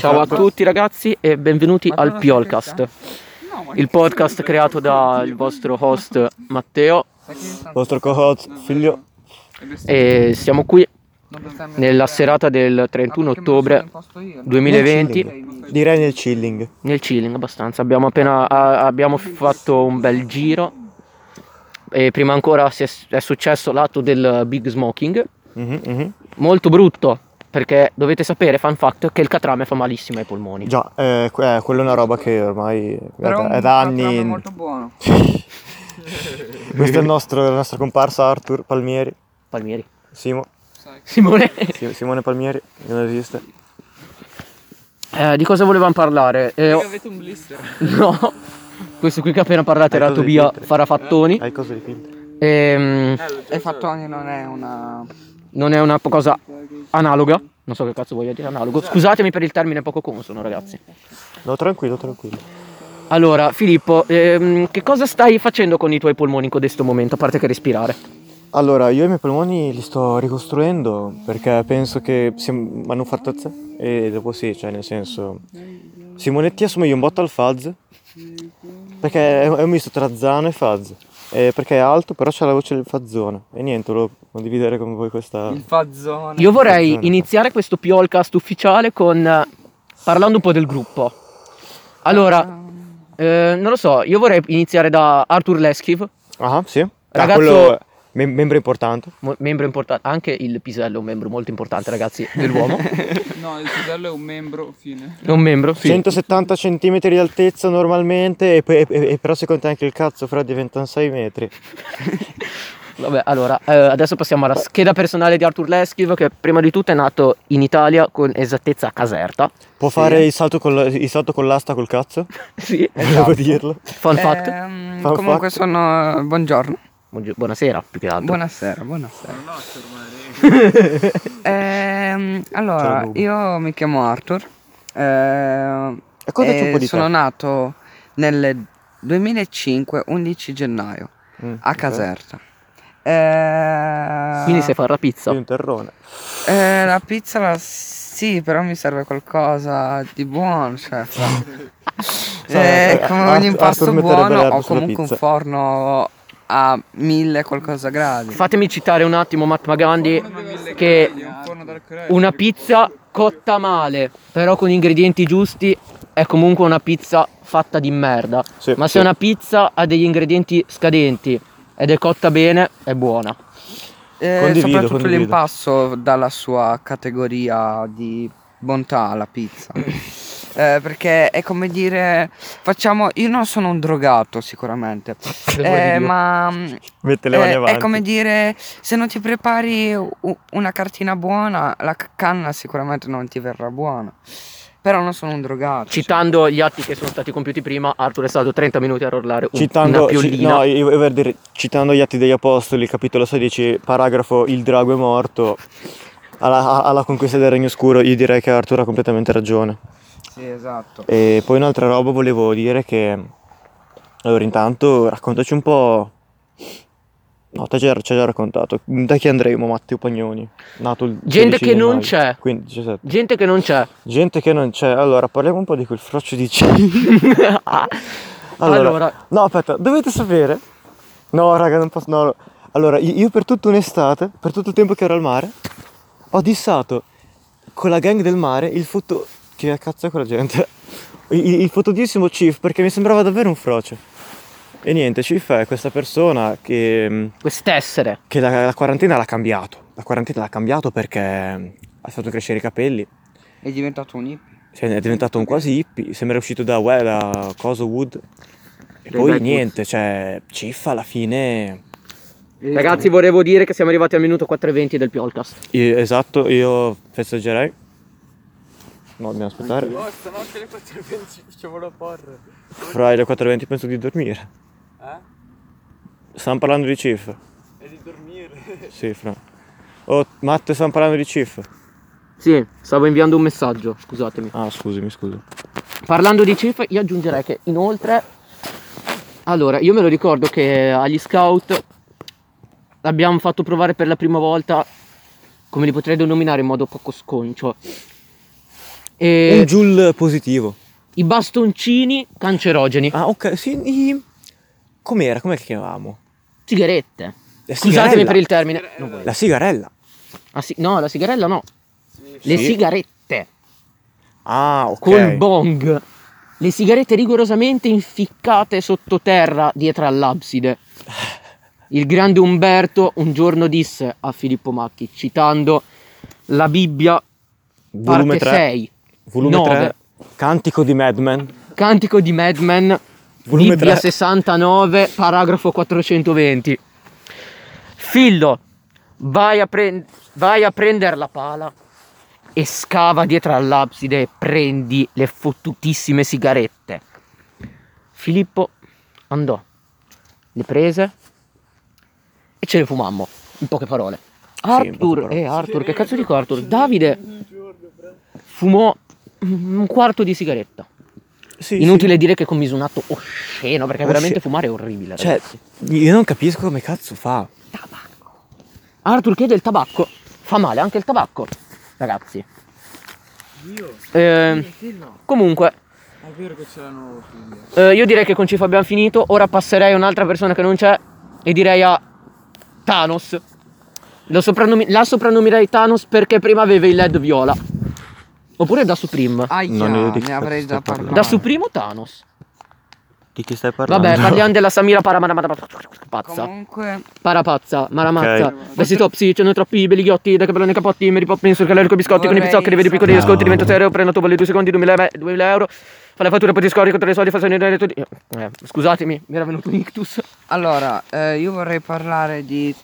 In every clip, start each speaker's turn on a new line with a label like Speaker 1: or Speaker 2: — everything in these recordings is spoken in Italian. Speaker 1: Ciao a tutti ragazzi e benvenuti al Piolcast, il podcast creato dal vostro host Matteo
Speaker 2: vostro cohort figlio
Speaker 1: e siamo qui nella serata
Speaker 3: Ah,
Speaker 1: del 31 ottobre 2020
Speaker 2: direi nel chilling
Speaker 1: nel chilling abbastanza, abbiamo appena a- abbiamo fatto un bel giro e prima ancora si è, è successo l'atto del big smoking,
Speaker 2: Mhm, mhm.
Speaker 1: molto brutto perché dovete sapere, fun fact, che il catrame fa malissimo ai polmoni.
Speaker 2: già eh, que- eh, quella è una roba che ormai
Speaker 3: Però
Speaker 2: guarda,
Speaker 3: un
Speaker 2: è da
Speaker 3: catrame
Speaker 2: anni
Speaker 3: molto buono.
Speaker 2: questo è il nostro la nostra comparsa Arthur Palmieri
Speaker 1: Palmieri.
Speaker 2: Simo
Speaker 1: Simone.
Speaker 2: Si- Simone Palmieri non esiste
Speaker 1: Eh, di cosa volevamo parlare? Eh, ho-
Speaker 4: avete un blister.
Speaker 1: No, questo qui che ha appena parlato
Speaker 2: Hai
Speaker 1: era
Speaker 2: Eh, cosa di
Speaker 1: Tobia
Speaker 2: filtri?
Speaker 1: Farafattoni.
Speaker 2: hai cose di filtro
Speaker 1: Ehm,
Speaker 3: E Fattoni non è una...
Speaker 2: Ah.
Speaker 1: non è una po- cosa analoga. Non so che cazzo voglio dire analogo. Scusatemi per il termine poco consono, ragazzi.
Speaker 2: no tranquillo tranquillo
Speaker 1: Allora, Filippo, ehm, che cosa stai facendo con i tuoi polmoni in questo momento, a parte che respirare?
Speaker 2: allora io i miei polmoni li sto ricostruendo perché penso che si manufrattezza e dopo sì cioè nel senso Simonetti assomiglia un botto al Faz perché è è un misto tra Zano e Faz Eh, perché è alto però c'è la voce del Fazzone e niente volevo condividere con voi questa
Speaker 3: Il fazzone.
Speaker 1: Io vorrei
Speaker 2: Attenzione.
Speaker 1: iniziare questo Piolcast ufficiale con eh, parlando un po' del gruppo. Allora, eh, non lo so, io vorrei iniziare da Arthur Leschiv,
Speaker 2: ah sì
Speaker 1: Ragazzo-
Speaker 2: ah, quello mem- membro importante
Speaker 1: mo- membro importante, anche il Pisello è un membro molto importante, ragazzi, dell'uomo.
Speaker 4: No, il pisello è un membro, fine.
Speaker 1: È un membro?
Speaker 2: 170 cm di altezza normalmente e, pe- e- e- però se conta anche il cazzo fra diventano 6 metri
Speaker 1: Vabbè, allora, eh, adesso passiamo alla scheda personale di Arthur Leschiv, che prima di tutto è nato in Italia con esattezza a Caserta.
Speaker 2: può fare il salto, col- il salto con l'asta col cazzo
Speaker 1: Sì.
Speaker 2: volevo dirlo
Speaker 1: Esatto. Fun fact.
Speaker 3: Ehm,
Speaker 2: Fun
Speaker 3: comunque
Speaker 2: fact.
Speaker 3: sono... Buongiorno.
Speaker 1: Buongi- Buonasera, più che altro.
Speaker 3: Buonasera, buonasera. Ehm, allora,
Speaker 2: Ciao, Luca.
Speaker 3: io mi chiamo Arthur. ehm,
Speaker 2: E contaci
Speaker 3: e
Speaker 2: un po' di
Speaker 3: sono
Speaker 2: te.
Speaker 3: nato nel 2005, 11 gennaio,
Speaker 2: Mm,
Speaker 3: a
Speaker 2: ok.
Speaker 3: Caserta. Ehm,
Speaker 1: Quindi sei farà pizza.
Speaker 2: Sei un terrone
Speaker 3: Eh, la pizza la- sì, però mi serve qualcosa di buono, cioè. fra- Eh,
Speaker 2: Art-
Speaker 3: come ogni
Speaker 2: Arthur
Speaker 3: impasto
Speaker 2: metterebbe
Speaker 3: buono
Speaker 2: l'erba
Speaker 3: ho
Speaker 2: sulla
Speaker 3: comunque un
Speaker 2: pizza.
Speaker 3: forno a mille qualcosa gradi.
Speaker 1: Fatemi citare un attimo Mahatma Gandhi che
Speaker 4: Un forno dal Corea.
Speaker 1: una pizza cotta male, però con ingredienti giusti, è comunque una pizza fatta di merda.
Speaker 2: Sì,
Speaker 1: Ma
Speaker 2: sì.
Speaker 1: se una pizza ha degli ingredienti scadenti ed è cotta bene, è buona.
Speaker 3: Eh,
Speaker 2: Condivido,
Speaker 3: soprattutto
Speaker 2: condivido.
Speaker 3: l'impasto dà la sua categoria di bontà alla pizza. Eh, perché è come dire, facciamo, io non sono un drogato sicuramente,
Speaker 1: Per amor di
Speaker 3: eh,
Speaker 1: Dio.
Speaker 3: ma mm,
Speaker 2: mette le mani
Speaker 3: Eh,
Speaker 2: avanti
Speaker 3: È come dire, se non ti prepari u- una cartina buona, la c- canna sicuramente non ti verrà buona. Però non sono un drogato.
Speaker 1: Citando gli atti che sono stati compiuti prima, Arthur è stato 30 minuti a rollare un- una
Speaker 2: Citando, ci-
Speaker 1: piolina.
Speaker 2: no, io volevo dire, citando gli Atti degli Apostoli, capitolo 16, paragrafo Il drago è morto, alla, alla conquista del Regno Oscuro, io direi che Arturo ha completamente ragione.
Speaker 3: cioè. Sì, esatto.
Speaker 2: E poi un'altra roba volevo dire che... Allora, intanto raccontaci un po'... No, te già- ci hai già raccontato. Da chi andremo, Matteo Pagnoni? Nato il
Speaker 1: Gente
Speaker 2: 16
Speaker 1: che non
Speaker 2: gennaio.
Speaker 1: c'è.
Speaker 2: Quindi, 17.
Speaker 1: Gente che non c'è.
Speaker 2: Gente che non c'è. Allora, parliamo un po' di quel froccio di cibo.
Speaker 1: Ah. allora,
Speaker 2: No, aspetta, dovete sapere. No, raga, non posso. No. Allora, i- io per tutta un'estate, per tutto il tempo che ero al mare, ho dissato con la gang del mare il foto. Che cazzo è quella gente? Il, il fotodissimo Chief perché mi sembrava davvero un frocio. E niente, Chief è questa persona che, mm,
Speaker 1: quest'essere.
Speaker 2: che la, la quarantena l'ha cambiato. La quarantena l'ha cambiato perché ha fatto crescere i capelli.
Speaker 3: È diventato un hippie.
Speaker 2: Cioè, è diventato un quasi hippie, sembra uscito da, uè, da Coso Wood. E
Speaker 1: Dai
Speaker 2: poi
Speaker 1: Bad
Speaker 2: niente, cioè, Ciff alla fine...
Speaker 1: Ragazzi, volevo dire che siamo arrivati al minuto 4.20 del Piolcast.
Speaker 2: Io- esatto, io festeggerei. No, dobbiamo aspettare.
Speaker 4: Oh, stanotte alle 4.20 ci volevo porre.
Speaker 2: Fra le 4.20 penso di dormire.
Speaker 4: Eh?
Speaker 2: Stiamo parlando di Ciff.
Speaker 4: E di dormire.
Speaker 2: Sì, fra. Oh, Matte, stiamo parlando di Ciff.
Speaker 1: Sì, stavo inviando un messaggio, scusatemi.
Speaker 2: Ah, scusami, scusa.
Speaker 1: Parlando di CIF, io aggiungerei che inoltre, allora, io me lo ricordo che agli scout abbiamo fatto provare per la prima volta, come li potrei denominare in modo poco sconcio, Eh,
Speaker 2: Un Joule positivo.
Speaker 1: I bastoncini cancerogeni.
Speaker 2: Ah, ok. Sì, i- Com'era? Com'è che chiamavamo?
Speaker 1: Sigarette.
Speaker 2: La
Speaker 1: Scusatemi
Speaker 2: sigarella.
Speaker 1: per il termine. Non voglio.
Speaker 2: La sigarella.
Speaker 1: Ah, sì, no, la sigarella no. Le
Speaker 2: Sì.
Speaker 1: sigarette.
Speaker 2: Ah, ok.
Speaker 1: Col bong. Le sigarette rigorosamente inficcate sottoterra dietro all'abside. Il grande Umberto un giorno disse a Filippo Macchi, citando la Bibbia,
Speaker 2: Volume
Speaker 1: parte
Speaker 2: 3.
Speaker 1: 6,
Speaker 2: Volume
Speaker 1: Nove.
Speaker 2: 3. Cantico di Mad Men.
Speaker 1: Cantico di Mad Men,
Speaker 2: Volume
Speaker 1: Bibbia
Speaker 2: 3.
Speaker 1: 69, paragrafo 420. Fillo, vai a, pren- vai a prendere la pala e scava dietro all'abside e prendi le fottutissime sigarette. Filippo andò, le prese e ce le fumammo, in poche parole.
Speaker 2: Sì, in poche
Speaker 1: Arthur,
Speaker 2: parole.
Speaker 1: eh Arthur, che cazzo dico Arthur? Davide fumò un quarto di sigaretta.
Speaker 2: Sì,
Speaker 1: Inutile dire che commise un atto osceno, perché
Speaker 2: Osce-
Speaker 1: veramente fumare è orribile.
Speaker 2: Cioè,
Speaker 1: ragazzi.
Speaker 2: io non capisco come cazzo fa.
Speaker 1: Arthur chiede il tabacco. Fa male anche il tabacco, ragazzi.
Speaker 4: Io?
Speaker 1: Ehm,
Speaker 4: no.
Speaker 1: comunque,
Speaker 4: È vero che c'erano figli.
Speaker 1: eh, io direi che con Cifo abbiamo finito. Ora passerei a un'altra persona che non c'è e direi a Thanos. Lo soprannomi- la soprannominerei Thanos perché prima aveva il LED viola. Oppure da Supreme.
Speaker 3: Ahia,
Speaker 2: Non ne vedo di
Speaker 3: ne
Speaker 2: cazzo
Speaker 3: avrei già
Speaker 2: sto parlando.
Speaker 3: parlato.
Speaker 1: Da Supreme o Thanos?
Speaker 2: Di chi stai
Speaker 1: Vabbè, parliamo della Samira Paramara pazza.
Speaker 3: Comunque,
Speaker 1: Parapazza, maramazza,
Speaker 2: Ok.
Speaker 1: vestito psi, c'è troppi, belli ghiotti, da capellone capotti, meri poppins, sul calorico biscotti, con i
Speaker 3: Vorrei
Speaker 1: pizzocchi, vedi piccoli
Speaker 2: sapere-
Speaker 1: sconti, diventa zero, prendo tu voglio due secondi, 2000, me- 2000 euro, fa la fattura, poi ti scorri contro i soldi, fa sognare tutti... Eh, scusatemi, mi era venuto un ictus.
Speaker 3: allora, eh, io vorrei parlare di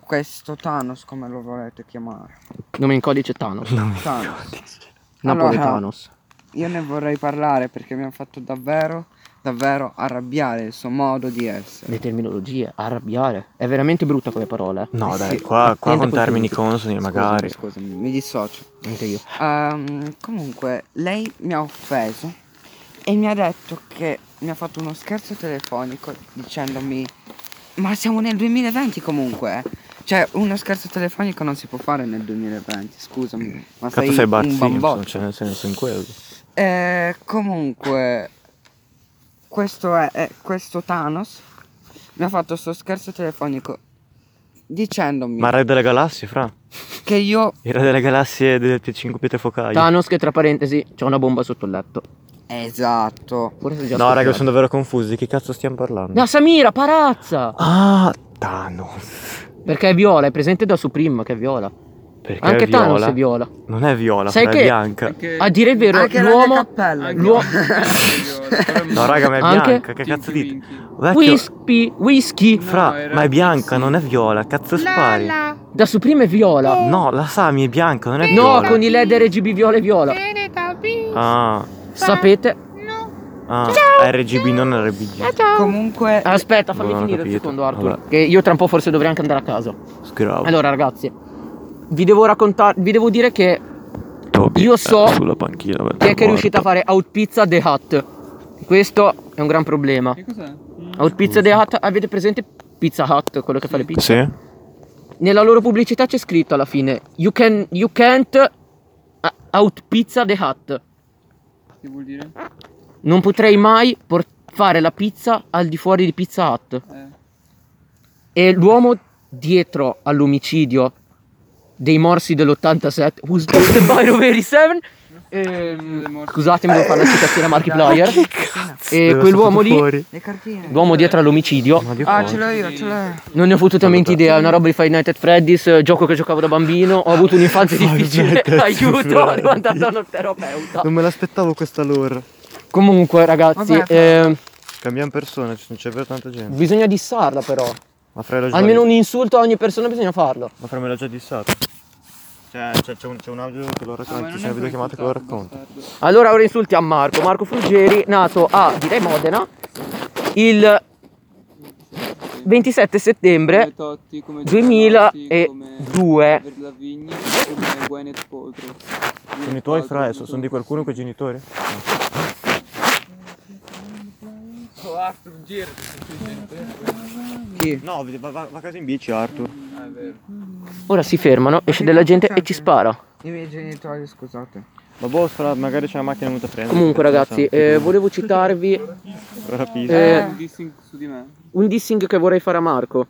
Speaker 3: questo Thanos, come lo volete chiamare.
Speaker 1: Nome in codice Thanos,
Speaker 3: Thanos.
Speaker 1: Napoli
Speaker 3: Allora,
Speaker 1: Thanos.
Speaker 3: Io ne vorrei parlare perché mi ha fatto davvero, davvero arrabbiare il suo modo di essere.
Speaker 1: Le terminologie, arrabbiare, è veramente brutta come parola, eh.
Speaker 2: No, dai,
Speaker 3: Sì.
Speaker 2: qua, qua
Speaker 1: Attenta
Speaker 2: con
Speaker 1: coi
Speaker 2: termini
Speaker 1: saluti.
Speaker 2: consoni, magari.
Speaker 3: Scusami, scusami, mi dissocio.
Speaker 1: anche io.
Speaker 3: Ehm, comunque, lei mi ha offeso e mi ha detto che mi ha fatto uno scherzo telefonico dicendomi: Ma siamo nel 2020 comunque. eh." Cioè, uno scherzo telefonico non si può fare nel 2020, scusami. Ma
Speaker 2: Cazzo
Speaker 3: sei,
Speaker 2: sei Bart
Speaker 3: un
Speaker 2: Simpson,
Speaker 3: bambotto.
Speaker 2: cioè nel senso in quello.
Speaker 3: Eh, comunque, questo è eh, questo Thanos mi ha fatto sto scherzo telefonico dicendomi
Speaker 2: Ma Re delle Galassie, fra.
Speaker 3: che io
Speaker 2: Il Re delle Galassie delle 5 pietre focali.
Speaker 1: Thanos che tra parentesi c'è una bomba sotto il letto.
Speaker 3: esatto.
Speaker 1: Forse è già
Speaker 2: No, raga,
Speaker 1: scoppiata.
Speaker 2: sono davvero confusi. Di che cazzo stiamo parlando?
Speaker 1: Da Samira, parazza!
Speaker 2: Ah, Thanos.
Speaker 1: Perché è viola, è presente da Supreme che è viola.
Speaker 2: Perché
Speaker 1: Anche
Speaker 2: è viola?
Speaker 1: Thanos è viola.
Speaker 2: Non è viola,
Speaker 1: Sai
Speaker 2: fra, è
Speaker 1: che-
Speaker 2: bianca.
Speaker 4: Anche...
Speaker 1: A dire il vero,
Speaker 3: Anche la mia
Speaker 1: l'uomo
Speaker 3: cappella.
Speaker 4: anche-
Speaker 1: l'uo-
Speaker 4: Però mi-
Speaker 2: No, raga, ma è
Speaker 1: Anche-
Speaker 2: bianca. Che cazzo
Speaker 4: Tinky
Speaker 2: dite?
Speaker 4: Winky.
Speaker 2: Vecchio,
Speaker 1: Whisky, whisky
Speaker 2: fra,
Speaker 4: No, era-
Speaker 2: ma è bianca,
Speaker 4: sì.
Speaker 2: non è viola. Cazzo spari.
Speaker 1: da Supreme è viola.
Speaker 2: No, la Sami è bianca, non è
Speaker 1: No,
Speaker 2: viola.
Speaker 1: con i LED RGB viola e viola.
Speaker 2: Ah,
Speaker 1: Sapete?
Speaker 2: ah, RGB, non RBG.
Speaker 3: Comunque,
Speaker 1: Aspetta, fammi
Speaker 2: Non ho
Speaker 1: finire il
Speaker 2: capito.
Speaker 1: secondo Arthur.
Speaker 2: Vabbè. Oh.
Speaker 1: Che io tra un po' forse dovrei anche andare a casa.
Speaker 2: Scrivo.
Speaker 1: Allora, ragazzi, vi devo raccontare. Vi devo dire che
Speaker 2: Toby
Speaker 1: io so
Speaker 2: è sulla panchina.
Speaker 1: chi è che è riuscito a fare Outpizza The Hut. Questo è un gran problema.
Speaker 4: Che cos'è?
Speaker 1: Outpizza The Hut, avete presente Pizza Hut, quello che fa le pizze?
Speaker 2: Sì?
Speaker 1: nella loro pubblicità c'è scritto alla fine You, can, you can't outpizza the hut
Speaker 4: Che vuol dire?
Speaker 1: Non potrei mai por- fare la pizza al di fuori di Pizza Hut
Speaker 4: Eh.
Speaker 1: E l'uomo dietro all'omicidio dei morsi dell'87 Who's the by of 87
Speaker 4: Dei
Speaker 1: ehm,
Speaker 4: morsi.
Speaker 1: Scusatemi per fare la citazione a Markiplier
Speaker 2: Cazzo,
Speaker 1: E
Speaker 2: era
Speaker 1: Eh, quell'uomo
Speaker 2: stato
Speaker 1: lì-
Speaker 2: fuori.
Speaker 3: le cartine.
Speaker 1: L'uomo dietro all'omicidio
Speaker 2: Ma Dio
Speaker 3: Ah,
Speaker 2: fuori.
Speaker 3: ce l'ho io, ce l'ho io.
Speaker 1: Non ne ho fottutamente idea, è una roba di Five Nights at Freddy's, eh, gioco che giocavo da bambino, ho avuto un'infanzia
Speaker 2: Five
Speaker 1: difficile,
Speaker 2: Nights at
Speaker 1: aiuto, ho
Speaker 2: Freddy's.
Speaker 1: andato da uno terapeuta.
Speaker 2: Non me l'aspettavo questa lore.
Speaker 1: Comunque, ragazzi,
Speaker 3: Vabbè, fa-
Speaker 1: eh,
Speaker 2: Cambiamo persona, ci- non c'è vero tanta gente.
Speaker 1: bisogna dissarla, però.
Speaker 2: Ma fra la già,
Speaker 1: Almeno un insulto a ogni persona bisogna farlo.
Speaker 2: ma fra me l'ha già dissato. Cioè, c'è, c'è un, c'è un audio che lo
Speaker 4: Ah, ma
Speaker 2: racconta, c'è
Speaker 4: non è
Speaker 2: una
Speaker 4: ancora
Speaker 2: videochiamata che lo
Speaker 4: risultato,
Speaker 2: racconta.
Speaker 4: bastardo.
Speaker 1: Allora, ora insultiamo Marco. Marco Fruggeri, nato a, direi, Modena, il 27
Speaker 4: Come
Speaker 1: settembre
Speaker 4: Totti, come
Speaker 1: 2002.
Speaker 4: Come Lavigny, come Gwyneth Paltrow.
Speaker 2: Sono i tuoi fra, sono di qualcuno con i genitori?
Speaker 4: Oh, Arthur, girati, sei gente.
Speaker 3: Chi?
Speaker 2: No, va, a casa in bici Arthur.
Speaker 4: Ah, è vero.
Speaker 1: Ora si fermano, esce della gente e ci spara.
Speaker 3: I miei genitori, scusate.
Speaker 2: Ma boh, sarà- magari c'è la macchina venuta a prendere.
Speaker 1: Comunque ragazzi, eh, volevo citarvi
Speaker 2: Rapisco.
Speaker 1: eh,
Speaker 4: Un dissing su di me.
Speaker 1: un dissing che vorrei fare a Marco.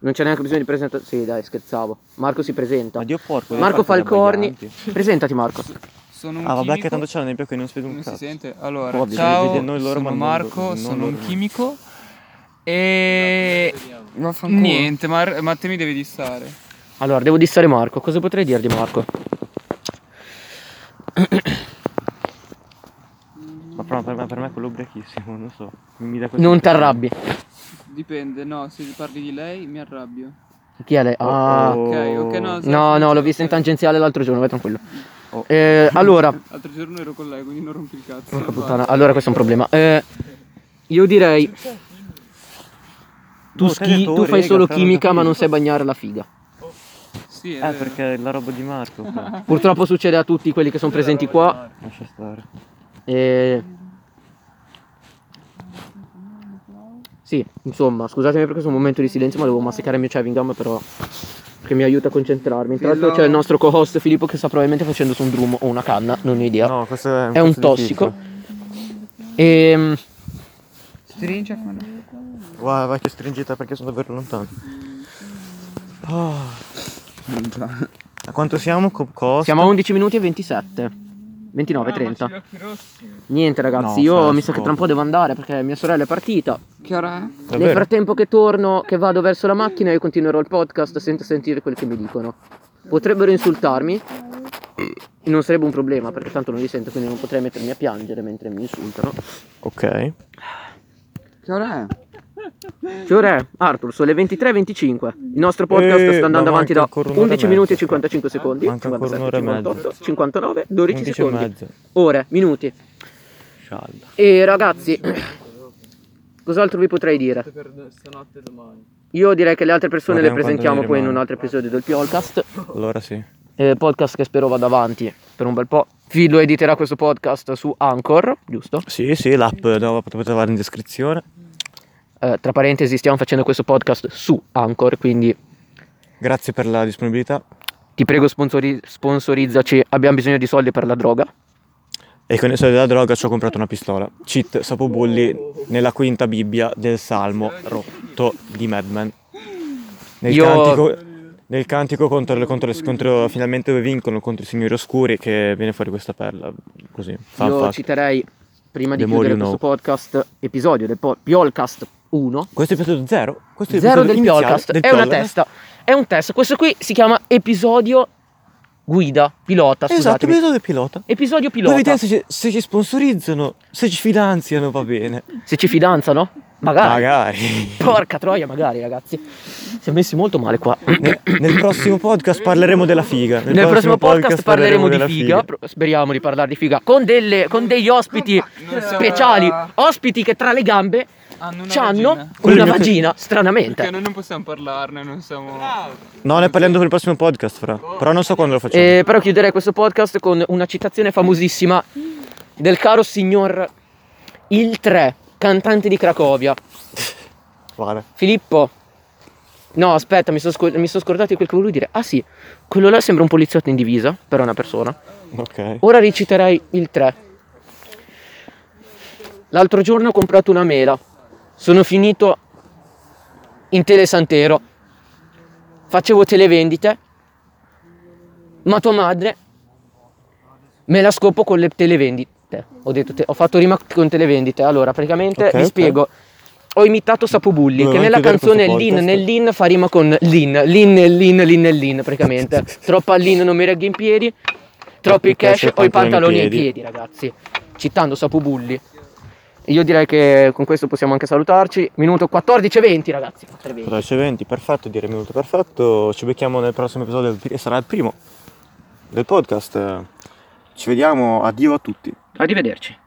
Speaker 1: Non c'è neanche bisogno di presentare. Sì, dai, scherzavo. Marco si presenta.
Speaker 2: Oddio porco. devi
Speaker 1: Marco
Speaker 2: farti da
Speaker 1: Falcorni.
Speaker 2: abbaglianti.
Speaker 1: Presentati Marco.
Speaker 4: Sono un
Speaker 2: Ah, vabbè, che
Speaker 4: chimico-
Speaker 2: tanto c'è la nebbia qui, non si vede un
Speaker 4: Non si
Speaker 2: cazzo.
Speaker 4: sente? Allora,
Speaker 2: Ovvio,
Speaker 4: ciao,
Speaker 2: vede noi loro,
Speaker 4: sono
Speaker 2: ma non-
Speaker 4: Marco,
Speaker 2: non
Speaker 4: sono
Speaker 2: loro,
Speaker 4: un
Speaker 2: no.
Speaker 4: chimico e
Speaker 3: Vaffanculo.
Speaker 4: niente, Mar- ma te mi devi dissare.
Speaker 1: Allora, devo dissare Marco. Cosa potrei dire di Marco?
Speaker 2: Ma però per me, per me è quello ubriachissimo, non so. Mi dà questa
Speaker 1: Non ti
Speaker 2: impressione.
Speaker 1: arrabbi.
Speaker 4: Dipende, no, se parli di lei mi arrabbio.
Speaker 1: Chi è lei? Ah.
Speaker 2: Oh,
Speaker 4: Ok, ok,
Speaker 2: oh.
Speaker 4: no. sai,
Speaker 1: No, no, l'ho visto in tangenziale l'altro giorno, vai tranquillo. Eh, allora,
Speaker 4: L'altro giorno ero con lei, quindi non rompi il cazzo.
Speaker 1: Porca puttana, allora questo è un problema. Eh, io direi. Tu,
Speaker 2: Boh, te hai
Speaker 1: schi-
Speaker 2: detto,
Speaker 1: tu
Speaker 2: "Oh,
Speaker 1: fai
Speaker 2: rega,
Speaker 1: solo
Speaker 2: però non
Speaker 1: chimica, ma
Speaker 2: capisco".
Speaker 1: non sai bagnare la figa.
Speaker 4: Sì, è
Speaker 2: Eh,
Speaker 4: vero.
Speaker 2: perché è la roba di Marco. qua.
Speaker 1: Purtroppo succede a tutti quelli che sono presenti qua.
Speaker 2: Lascia stare.
Speaker 1: Eh, Sì, insomma, scusatemi per questo momento di silenzio, ma devo masticare il mio chewing gum, però. Perché mi aiuta a concentrarmi. Tra l'altro c'è il nostro co-host Filippo che sta probabilmente facendo su un drum o una canna, non ho idea.
Speaker 2: No, questo è un,
Speaker 1: è un
Speaker 2: cazzo di
Speaker 1: tossico.
Speaker 2: fico.
Speaker 1: Ehm.
Speaker 3: Stringe con
Speaker 2: Guarda, vai che stringita perché sono davvero lontano. Ah, A quanto siamo? Co- costo?
Speaker 1: Siamo a 11 minuti e 27.
Speaker 4: Ah,
Speaker 1: 29,
Speaker 2: Ah,
Speaker 1: 30. Niente ragazzi,
Speaker 2: No,
Speaker 1: io
Speaker 2: sarà
Speaker 1: mi sa che
Speaker 2: scopo.
Speaker 1: tra un po' devo andare perché mia sorella è partita.
Speaker 3: Che ora è?
Speaker 1: Nel
Speaker 2: Davvero?
Speaker 1: frattempo che torno, che vado verso la macchina, io continuerò il podcast senza sentire quel che mi dicono. Potrebbero insultarmi, non sarebbe un problema perché tanto non li sento, quindi non potrei mettermi a piangere mentre mi insultano.
Speaker 2: Ok.
Speaker 3: Che ora è?
Speaker 1: Che ora è? Arthur, sono le 23.25. Il nostro podcast
Speaker 2: Eh,
Speaker 1: sta andando
Speaker 2: ma
Speaker 1: avanti
Speaker 2: manca
Speaker 1: da
Speaker 2: ancora un'ora e
Speaker 1: 11 minuti e
Speaker 2: mezza.
Speaker 1: 55 secondi,
Speaker 2: Manca ancora
Speaker 1: 57,
Speaker 2: un'ora e
Speaker 1: 58,
Speaker 2: mezza.
Speaker 1: 59, 12
Speaker 2: 11 e
Speaker 1: secondi,
Speaker 2: mezzo.
Speaker 1: ore, minuti.
Speaker 2: Scialla.
Speaker 1: E ragazzi, cos'altro vi potrei dire?
Speaker 4: Per stanotte e domani.
Speaker 1: Io direi che le altre persone le
Speaker 2: Guardiamo
Speaker 1: presentiamo
Speaker 2: quanto
Speaker 1: poi
Speaker 2: ne
Speaker 1: in un
Speaker 2: rimane.
Speaker 1: altro episodio del Piolcast.
Speaker 2: Allora sì.
Speaker 1: Eh, podcast che spero vada avanti per un bel po'. Fido editerà questo podcast su Anchor, giusto?
Speaker 2: Sì, sì, l'app dove potete trovare in descrizione.
Speaker 1: Eh, tra parentesi, stiamo facendo questo podcast su Anchor, quindi
Speaker 2: Grazie per la disponibilità.
Speaker 1: ti prego sponsori- sponsorizzaci, abbiamo bisogno di soldi per la droga.
Speaker 2: E con i soldi della droga ci ho comprato una pistola. Cheat Sapobolli nella quinta Bibbia del Salmo rotto di Madman. Nel
Speaker 1: Io-
Speaker 2: cantico. Nel cantico contro, le- contro, le- contro- finalmente dove vincono contro i signori oscuri che viene fuori questa perla. Così. Fun
Speaker 1: Io
Speaker 2: fact.
Speaker 1: citerei, prima di
Speaker 2: The more
Speaker 1: chiudere
Speaker 2: you
Speaker 1: questo
Speaker 2: know.
Speaker 1: podcast, episodio del po- Piolcast 1.
Speaker 2: Questo è episodio zero. Questo è
Speaker 1: Zero
Speaker 2: episodio
Speaker 1: del
Speaker 2: iniziale
Speaker 1: Piolcast,
Speaker 2: del
Speaker 1: è una
Speaker 2: Piolcast.
Speaker 1: testa, è un test. Questo qui si chiama episodio guida, pilota,
Speaker 2: Esatto,
Speaker 1: scusatemi.
Speaker 2: episodio pilota.
Speaker 1: Episodio
Speaker 2: Poi
Speaker 1: pilota.
Speaker 2: vediamo se ci, se ci sponsorizzano, se ci finanziano, va bene.
Speaker 1: Se ci fidanzano? Magari.
Speaker 2: Magari.
Speaker 1: Porca troia, magari, ragazzi. Si è messi molto male qua.
Speaker 2: Nel, nel prossimo podcast parleremo della figa.
Speaker 1: Nel prossimo podcast parleremo di figa. pro- Speriamo di parlare di figa. Con, delle- con degli ospiti
Speaker 4: Non siamo-
Speaker 1: speciali. Ospiti che tra le gambe
Speaker 4: Hanno una
Speaker 1: hanno
Speaker 4: vagina.
Speaker 2: Quello
Speaker 1: una
Speaker 2: è il mio-
Speaker 1: vagina,
Speaker 4: Perché
Speaker 1: stranamente.
Speaker 4: noi non possiamo parlarne, non siamo...
Speaker 2: No, ne parliamo per il prossimo podcast, fra. Però non so quando lo facciamo.
Speaker 1: Eh, però chiuderei questo podcast con una citazione famosissima del caro signor Il 3, cantante di Cracovia.
Speaker 2: Vale.
Speaker 1: Filippo. No, aspetta, mi sono scor- mi sono scordato di quel che volevo dire. Ah sì, quello là sembra un poliziotto in divisa, però è una persona.
Speaker 2: Ok.
Speaker 1: Ora reciterei il 3. L'altro giorno ho comprato una mela. Sono finito in Telesantero. Facevo televendite. Ma tua madre me la scopo con le televendite. Ho, detto te- ho fatto rima con televendite. Allora, praticamente
Speaker 2: Ok,
Speaker 1: vi
Speaker 2: ok.
Speaker 1: spiego. Ho imitato Sapobulli
Speaker 2: Volevo
Speaker 1: che nella
Speaker 2: anche vedere
Speaker 1: canzone
Speaker 2: questo
Speaker 1: Lin
Speaker 2: podcast.
Speaker 1: nel Lin fa rima con Lin, Lin e Lin, Lin e Lin praticamente. Troppa Lin non mi regge in piedi, troppi
Speaker 2: Troppi cash
Speaker 1: cash
Speaker 2: e
Speaker 1: ho i
Speaker 2: pantaloni ai
Speaker 1: pantaloni ai
Speaker 2: piedi.
Speaker 1: piedi ragazzi. Citando Sapobulli. Io direi che con questo possiamo anche salutarci. Minuto 14 e 20 ragazzi. 14:20.
Speaker 2: 14.20, perfetto, direi minuto perfetto. Ci becchiamo nel prossimo episodio, del- sarà il primo del podcast. Ci vediamo, addio a tutti.
Speaker 1: Arrivederci.